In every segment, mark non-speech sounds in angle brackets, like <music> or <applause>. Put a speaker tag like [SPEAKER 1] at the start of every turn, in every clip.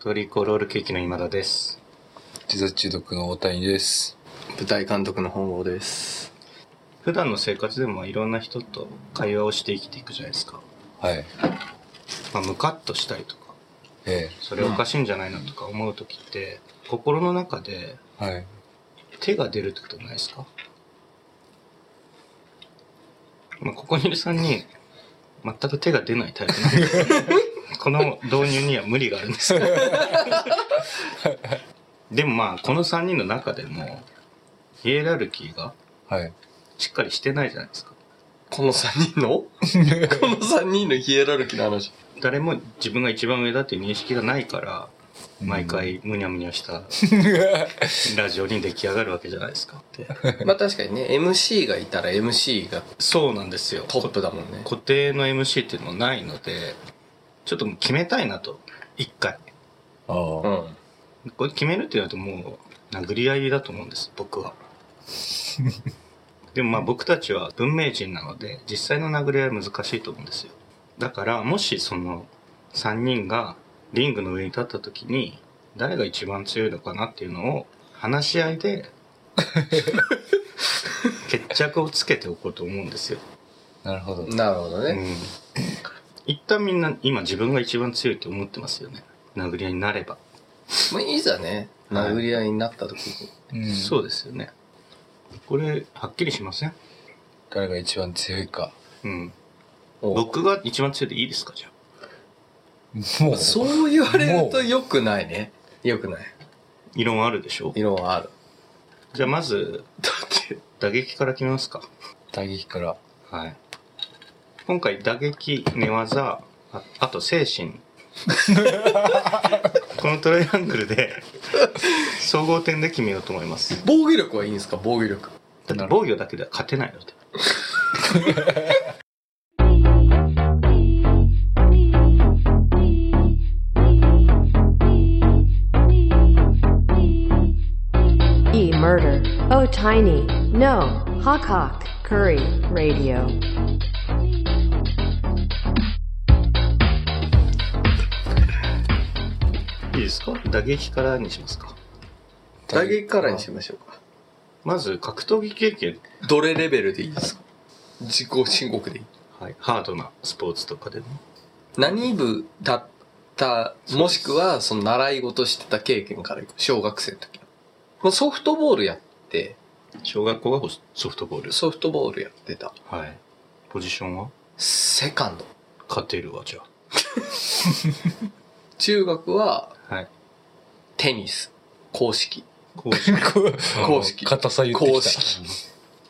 [SPEAKER 1] トリコロールケーキの今田です。
[SPEAKER 2] 自殺中毒の大谷です。
[SPEAKER 3] 舞台監督の本郷です
[SPEAKER 1] 普段の生活でもいろんな人と会話をして生きていくじゃないですか。
[SPEAKER 2] はい。
[SPEAKER 1] まあ、ムカッとしたりとか、
[SPEAKER 2] え
[SPEAKER 1] それおかしいんじゃないのとか思う時って、心の中で
[SPEAKER 2] え。はい。
[SPEAKER 1] 手が出るってことないですか、まあ、ここにいる3人、全く手が出ないタイプなんで、この導入には無理があるんですけどでもまあ、この3人の中でも、ヒエラルキーが
[SPEAKER 2] はい。
[SPEAKER 1] しっかりしてないじゃないですか。
[SPEAKER 3] この3人の <laughs> この3人のヒエラルキーの話
[SPEAKER 1] 誰も自分が一番上だっていう認識がないから毎回むにゃむにゃしたラジオに出来上がるわけじゃないですかって
[SPEAKER 3] まあ確かにね MC がいたら MC が
[SPEAKER 1] そうなんですよ
[SPEAKER 3] トップだもんね
[SPEAKER 1] 固定の MC っていうのはないのでちょっともう決めたいなと一回
[SPEAKER 2] ああ、
[SPEAKER 3] う
[SPEAKER 2] は
[SPEAKER 3] ん
[SPEAKER 1] これ決めるっていうともう殴り合いだと思うんです僕はでもまあ僕たちは文明人なので実際の殴り合いは難しいと思うんですよだからもしその3人がリングの上に立った時に誰が一番強いのかなっていうのを話し合いで決着をつけておこうと思うんですよ、
[SPEAKER 2] なるほど。
[SPEAKER 3] なるほど
[SPEAKER 1] う
[SPEAKER 3] ね
[SPEAKER 1] ん、一旦みんな今自分が一番強いと思ってますよね殴り合いになれば、
[SPEAKER 3] まあいざね
[SPEAKER 1] はい
[SPEAKER 3] 殴り合いになった時に
[SPEAKER 2] うん
[SPEAKER 1] そうですよねこれはっきりしません
[SPEAKER 2] 誰が一番強いか。
[SPEAKER 1] うん。
[SPEAKER 3] お
[SPEAKER 1] 僕が一番強いでいいですかじゃあ。
[SPEAKER 2] もう、
[SPEAKER 3] そう言われると良くないね良くない
[SPEAKER 1] 異論あるでしょ
[SPEAKER 3] 異論はある
[SPEAKER 1] じゃあまず、 <laughs>
[SPEAKER 3] だって
[SPEAKER 1] 打撃から決めますか。
[SPEAKER 2] 打撃から。
[SPEAKER 1] はい。今回、打撃、寝技、ああと精 <laughs> 神。このトライアングルで、総合点で決めようと思います。
[SPEAKER 3] 防御力はいいんですか防御力
[SPEAKER 1] だって防御だけでは勝てないので。
[SPEAKER 4] E murder. Oh tiny. No. Hawk Hawk. Curry. Radio.
[SPEAKER 1] いいですか打撃からにしますか。
[SPEAKER 3] 打撃からにしましょうか
[SPEAKER 1] まず、格闘技経験。
[SPEAKER 3] どれレベルでいいですか自己申告でいい
[SPEAKER 1] はい。ハードなスポーツとかでも。
[SPEAKER 3] 何部だったもしくはその習い事してた経験からいく小学生の時もうソフトボールやって
[SPEAKER 1] 小学校がソフトボール。
[SPEAKER 3] ソフトボールやってた
[SPEAKER 1] はい。ポジションは
[SPEAKER 3] セカンド
[SPEAKER 1] 勝てるわ、じゃ
[SPEAKER 3] 中学は
[SPEAKER 1] あ。はい。
[SPEAKER 3] テニス公式
[SPEAKER 1] 公式
[SPEAKER 3] 公式
[SPEAKER 2] 硬さ言ってきた。
[SPEAKER 3] 公式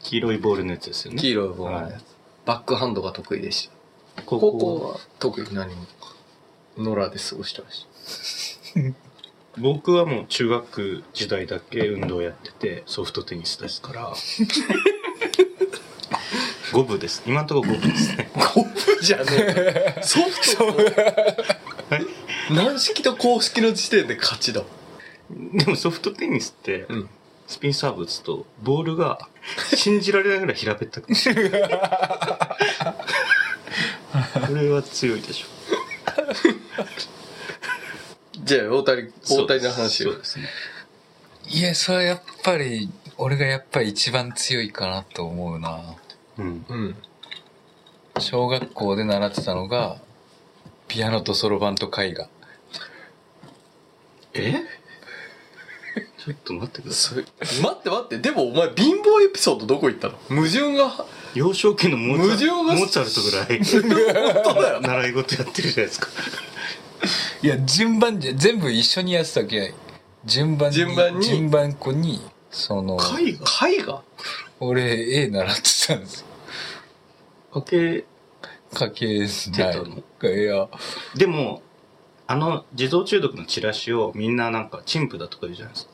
[SPEAKER 1] 黄色いボールのやつですよね。
[SPEAKER 3] 黄色いボールのやつ、
[SPEAKER 1] はい
[SPEAKER 3] バックハンドが得意でした
[SPEAKER 1] 高
[SPEAKER 3] 高校は特に何も野良で過ごしてました
[SPEAKER 1] 僕はもう中学時代だけ運動やってて、ソフトテニスです
[SPEAKER 3] <laughs>
[SPEAKER 1] から。五分です。今のところ五分ですね。
[SPEAKER 3] ゴブじゃねえ <laughs> ソフトと <laughs> 軟式と公式の時点で勝ちだもん
[SPEAKER 1] でもソフトテニスって、
[SPEAKER 3] うん
[SPEAKER 1] スピンサーブ打つと、ボールが信じられないぐらい平べったくて。これは強いでしょ。
[SPEAKER 3] じゃあ大谷大谷の話
[SPEAKER 1] そ
[SPEAKER 3] を
[SPEAKER 1] うですね。
[SPEAKER 2] いや、それはやっぱり、俺がやっぱり一番強いかなと思うな。
[SPEAKER 1] うん。
[SPEAKER 3] うん
[SPEAKER 2] 小学校で習ってたのが、ピアノとそろばんと絵画。
[SPEAKER 1] えちょっと待ってくださ
[SPEAKER 3] それ待って待ってでもお前貧乏エピソードどこ行ったの矛盾が本
[SPEAKER 1] い。幼少期のモーツァ
[SPEAKER 3] 無情が
[SPEAKER 1] モーツァルトぐらい。
[SPEAKER 3] 当だよな
[SPEAKER 1] 習い事やってるじゃないですか
[SPEAKER 2] いや、順番じゃ、全部一緒にやってたわけない。順番に、
[SPEAKER 3] 順番に
[SPEAKER 2] 順番こに、その、
[SPEAKER 1] 絵画
[SPEAKER 3] 絵画
[SPEAKER 2] 俺、絵習ってたんですよ。
[SPEAKER 1] 家計
[SPEAKER 2] 家系です
[SPEAKER 1] 出たの
[SPEAKER 2] いや、
[SPEAKER 1] でもあの児童中毒のチラシをみんななんか陳腐だとか言うじゃないですか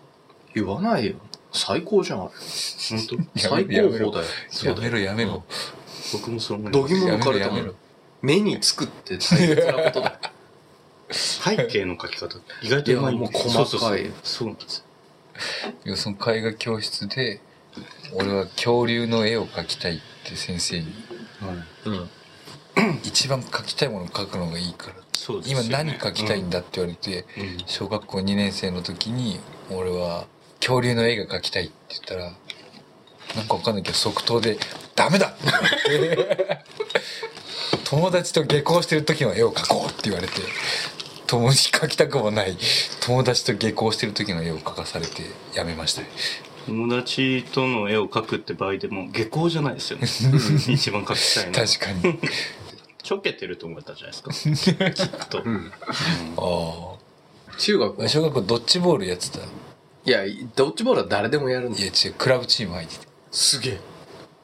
[SPEAKER 3] 言わないよ最高じゃんあれ
[SPEAKER 1] 本当
[SPEAKER 2] やめ
[SPEAKER 3] 最
[SPEAKER 2] ろやめろ
[SPEAKER 3] 高峰だよ
[SPEAKER 1] そ
[SPEAKER 2] や
[SPEAKER 1] うだ
[SPEAKER 2] め
[SPEAKER 1] よ
[SPEAKER 2] ろやめろ。
[SPEAKER 1] 僕もそう思い
[SPEAKER 3] 度
[SPEAKER 1] ます
[SPEAKER 3] 肝
[SPEAKER 2] や
[SPEAKER 3] 抜
[SPEAKER 2] め
[SPEAKER 3] か
[SPEAKER 2] ろ
[SPEAKER 3] れた
[SPEAKER 2] や
[SPEAKER 3] も
[SPEAKER 2] め
[SPEAKER 3] ん
[SPEAKER 2] ろ。
[SPEAKER 3] 目につくって大切なことだよ
[SPEAKER 1] 背景の描き方って意外とうまいんで
[SPEAKER 3] いやもう細か
[SPEAKER 1] そ
[SPEAKER 3] い
[SPEAKER 1] うそうそうそうなんですよ
[SPEAKER 2] いやその絵画教室で、俺は恐竜の絵を描きたいって先生に
[SPEAKER 3] うん
[SPEAKER 2] 一番書きたいものを書くのがいいから。
[SPEAKER 1] そうですよ
[SPEAKER 2] 今
[SPEAKER 1] ね
[SPEAKER 2] 何書きたいんだって言われて、
[SPEAKER 1] うんうん
[SPEAKER 2] 小学校2年生の時に、俺は恐竜の絵が描きたいって言ったら、なんかわかんないけど即答で、ダメだって言われて友達と下校してる時の絵を描こうって言われて、友達描きたくもない、友達と下校してる時の絵を描かされてやめましたね。
[SPEAKER 1] 友達との絵を描くって場合でも下校じゃないですよね一番描きたいのは
[SPEAKER 2] 確か
[SPEAKER 1] <laughs>
[SPEAKER 2] に。
[SPEAKER 1] ちょけてると思ったじゃないですかきっと、
[SPEAKER 3] うん。
[SPEAKER 2] あ
[SPEAKER 3] 中学は
[SPEAKER 2] あ。小学校ドッジボールやってた。い
[SPEAKER 3] いや、ドッジボールは誰でもやるんだ
[SPEAKER 2] や
[SPEAKER 3] よ。
[SPEAKER 2] 違う、クラブチーム入ってた。
[SPEAKER 3] すげえ。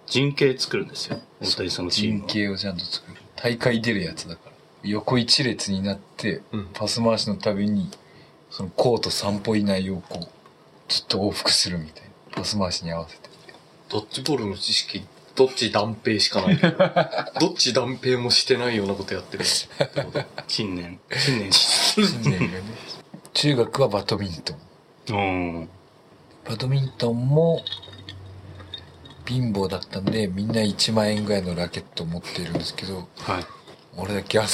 [SPEAKER 1] 人形作るんですよ大谷さんのチーム
[SPEAKER 2] 陣
[SPEAKER 1] は
[SPEAKER 2] 形をちゃんと作る大会出るやつだから横一列になって、
[SPEAKER 3] うん
[SPEAKER 2] パス回しのたびにそのコート3歩以内をこうずっと往復するみたいなパス回しに合わせて
[SPEAKER 3] ドッジボールの知識、どっち断平しか
[SPEAKER 2] <laughs>
[SPEAKER 3] ないけど。どっち断平もしてないようなことやってる。
[SPEAKER 1] 新年新年
[SPEAKER 2] 新年がね中学はバドミントン
[SPEAKER 1] うん
[SPEAKER 2] バドミントンも貧乏だったんでみんな1万円ぐらいのラケットを持っているんですけど
[SPEAKER 1] はい
[SPEAKER 2] 俺だけあの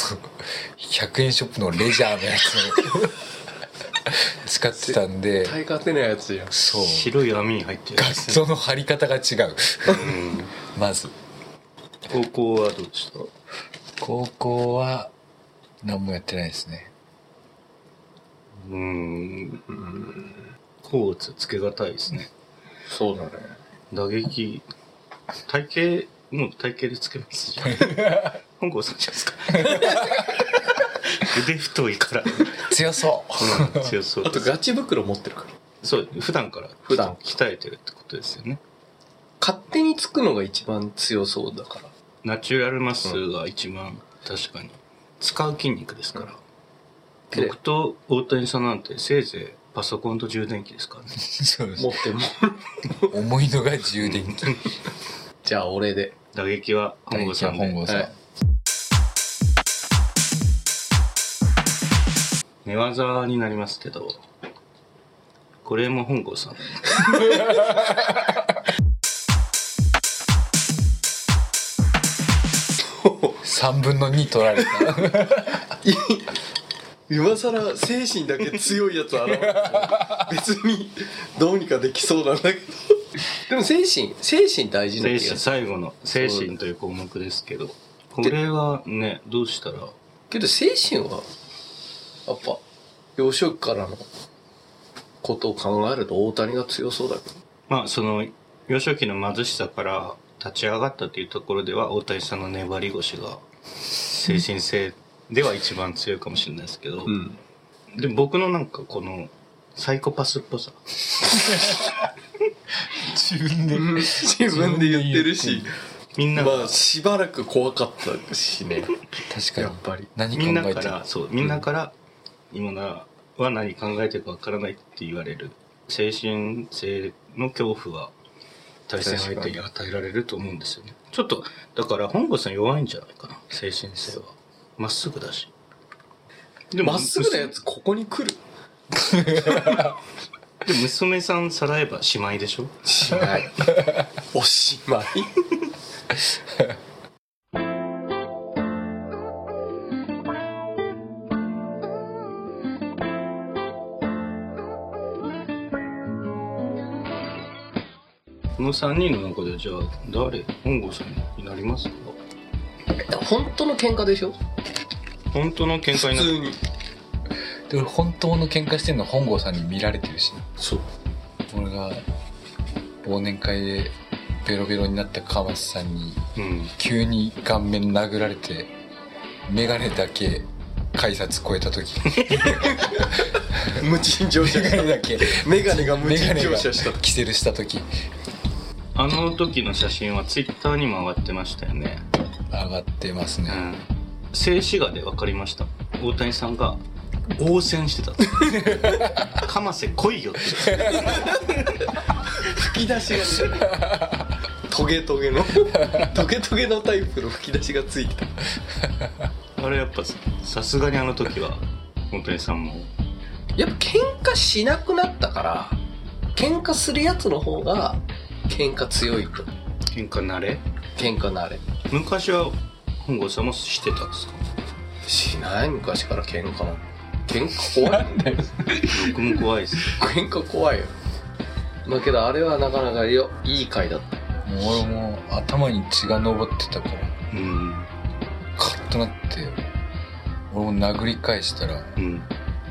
[SPEAKER 2] 100円ショップのレジャーのやつを使ってたんで
[SPEAKER 3] 大勝てないやつじゃん。
[SPEAKER 2] そう
[SPEAKER 1] 白い網に入ってるん
[SPEAKER 2] ガ
[SPEAKER 1] で
[SPEAKER 2] ッ
[SPEAKER 1] すね
[SPEAKER 2] トの張り方が違う
[SPEAKER 1] うん
[SPEAKER 2] まず
[SPEAKER 1] 高校はどうでした
[SPEAKER 2] 高校は何もやってないですね
[SPEAKER 1] うん甲乙つけがたいですね
[SPEAKER 3] そうだね。
[SPEAKER 1] 打撃体型もう体型でつけますじゃん本郷さんじゃないですか腕太いから
[SPEAKER 2] 強そう
[SPEAKER 1] うん強そう
[SPEAKER 3] あとガチ袋持ってるから。
[SPEAKER 1] そう普段から
[SPEAKER 3] 普段
[SPEAKER 1] 鍛えてるってことですよね
[SPEAKER 3] 勝手につくのが一番強そうだから。
[SPEAKER 1] ナチュラルマッスルが一番確かに使う筋肉ですから、
[SPEAKER 3] うん
[SPEAKER 1] 僕と大谷さんなんてせいぜいパソコンと充電器ですからね
[SPEAKER 2] そうです
[SPEAKER 3] 持っても。
[SPEAKER 2] 思いのが充電器
[SPEAKER 3] <laughs> じゃあ俺で。
[SPEAKER 1] 打撃は本郷さん
[SPEAKER 2] 本郷
[SPEAKER 1] で
[SPEAKER 2] さん、
[SPEAKER 3] はい
[SPEAKER 1] 寝技になりますけどこれも本郷さん
[SPEAKER 2] 3分の2取られた
[SPEAKER 3] 今さら精神だけ強いやつ現れて <laughs> も別にどうにかできそうなんだけどでも精神精神大事な
[SPEAKER 1] 精
[SPEAKER 3] 気が
[SPEAKER 1] 神
[SPEAKER 3] する
[SPEAKER 1] 最後の精神という項目ですけどこれはねどうしたら
[SPEAKER 3] けど精神はやっぱ幼少期からのことを考えると大谷が強そうだけど
[SPEAKER 1] まあその幼少期の貧しさから立ち上がったというところでは大谷さんの粘り腰が精神性では一番強いかもしれないですけど、
[SPEAKER 3] ん
[SPEAKER 1] で僕のなんかこのサイコパスっぽさ
[SPEAKER 2] 自分で
[SPEAKER 3] <laughs> 自分で言ってるし
[SPEAKER 1] みんなが、
[SPEAKER 3] まあしばらく怖かったしね
[SPEAKER 2] 確
[SPEAKER 3] やっ
[SPEAKER 2] か
[SPEAKER 3] ぱり
[SPEAKER 2] に
[SPEAKER 1] みん
[SPEAKER 2] 何
[SPEAKER 1] な
[SPEAKER 2] 考え
[SPEAKER 1] か
[SPEAKER 2] てる
[SPEAKER 1] らそうみんなから、今ならは何考えてるかわからないって言われる精神性の恐怖は対戦相手に与えられると思うんですよねちょっとだから本郷さん弱いんじゃないかな精神性はまっすぐだしで
[SPEAKER 3] まっすぐなやつここに来る
[SPEAKER 1] で娘さんさらえばしまいでしょ
[SPEAKER 3] しないおしまい
[SPEAKER 1] この3人の中でじゃあ誰本郷さんになりますか
[SPEAKER 3] 本当の喧嘩でしょ
[SPEAKER 1] 本当の見解
[SPEAKER 3] 普
[SPEAKER 1] になる
[SPEAKER 3] 通に
[SPEAKER 2] で俺本当の喧嘩してんの本郷さんに見られてるし
[SPEAKER 3] そう
[SPEAKER 2] 俺が忘年会でベロベロになった川瀬さんに
[SPEAKER 1] うん
[SPEAKER 2] 急に顔面殴られて眼鏡だけ改札超えた時
[SPEAKER 3] 無賃乗車
[SPEAKER 2] メ
[SPEAKER 3] した
[SPEAKER 2] ガネだけ
[SPEAKER 3] メガネが無
[SPEAKER 2] メガ
[SPEAKER 3] 賃
[SPEAKER 2] ネ
[SPEAKER 3] 乗
[SPEAKER 2] が
[SPEAKER 3] 車した
[SPEAKER 2] キセルした時
[SPEAKER 1] あの時の写真はツイッターにも上がってましたよね。
[SPEAKER 2] 上がってます
[SPEAKER 1] う
[SPEAKER 2] ね、
[SPEAKER 1] ん。静止画で分かりました。大谷さんが応戦してたって。
[SPEAKER 2] <laughs>
[SPEAKER 1] かませ来いよって言って
[SPEAKER 3] 吹き出しがねトゲトゲのトゲトゲのタイプの吹き出しがついてた
[SPEAKER 1] た。あれやっぱさすがにあの時は大谷さんも。
[SPEAKER 3] やっぱ喧嘩しなくなったから喧嘩するやつの方が喧嘩強いと
[SPEAKER 1] 喧嘩慣れ
[SPEAKER 3] 喧嘩なれ
[SPEAKER 1] 昔は本郷さんもしてたんですか
[SPEAKER 3] しない昔から喧嘩な喧嘩怖いんだよ
[SPEAKER 1] 僕も怖いです
[SPEAKER 3] 喧嘩怖いよまあけどあれはなかなかよいい回だった
[SPEAKER 2] もう俺も頭に血が上ってたから
[SPEAKER 1] うん
[SPEAKER 2] カッとなって俺も殴り返したら、
[SPEAKER 1] うん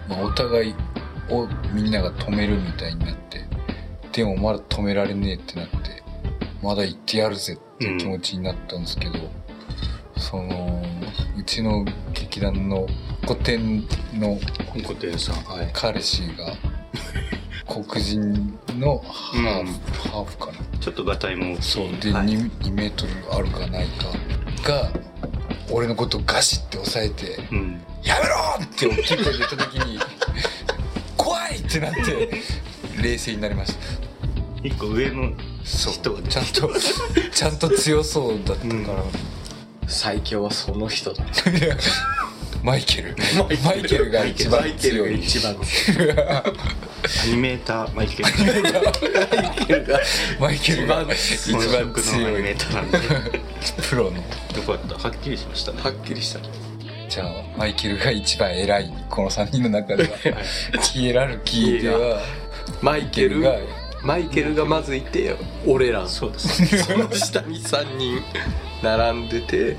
[SPEAKER 2] まあ、お互いをみんなが止めるみたいになってでもまだ止められねえってなってまだ行ってやるぜっていう気持ちになったんですけど、そのうちの劇団の古典の
[SPEAKER 1] コテンさんはい
[SPEAKER 2] 彼氏が黒人のハーフ,、ハーフかな
[SPEAKER 1] ちょっとがたいも大きい
[SPEAKER 2] そうで、
[SPEAKER 1] はい
[SPEAKER 2] 2, 2メートルあるかないかが俺のことをガシッて押さえて
[SPEAKER 1] うん
[SPEAKER 2] 「やめろ!」って大きい声で言った時に <laughs> 「怖い!」ってなって冷静になりました
[SPEAKER 1] 一個上の
[SPEAKER 2] そう
[SPEAKER 1] 人がね
[SPEAKER 2] ちゃんとちゃんと強そうだったから、
[SPEAKER 3] 最強はその人だ
[SPEAKER 2] いやマイケル <laughs> マイケルが一番
[SPEAKER 3] マイケル
[SPEAKER 2] 強
[SPEAKER 3] が
[SPEAKER 2] い
[SPEAKER 3] 一番強い
[SPEAKER 1] アニメーターマイケ
[SPEAKER 2] <laughs>
[SPEAKER 1] ル
[SPEAKER 3] マイケルが
[SPEAKER 2] マイケルが一
[SPEAKER 1] 一
[SPEAKER 2] 番
[SPEAKER 1] 番のア
[SPEAKER 2] 強
[SPEAKER 1] ニメ
[SPEAKER 2] い
[SPEAKER 1] ーターなんでよ
[SPEAKER 2] プロの
[SPEAKER 1] かったはっきりしましたね
[SPEAKER 3] はっきりした
[SPEAKER 2] じゃあマイケルが一番偉いこの3人の中ではヒエラルキーでは
[SPEAKER 3] マイ
[SPEAKER 2] マイ
[SPEAKER 3] ケ
[SPEAKER 2] ケ
[SPEAKER 3] ル
[SPEAKER 2] ル
[SPEAKER 3] が
[SPEAKER 2] が
[SPEAKER 3] マイケルがまずいて俺ら
[SPEAKER 1] そ
[SPEAKER 3] そ
[SPEAKER 1] うですね
[SPEAKER 3] の下に3人並んでて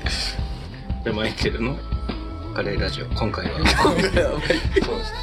[SPEAKER 1] でマイケルのカレーラジオ今回は
[SPEAKER 3] 俺らはマイケル
[SPEAKER 2] そうです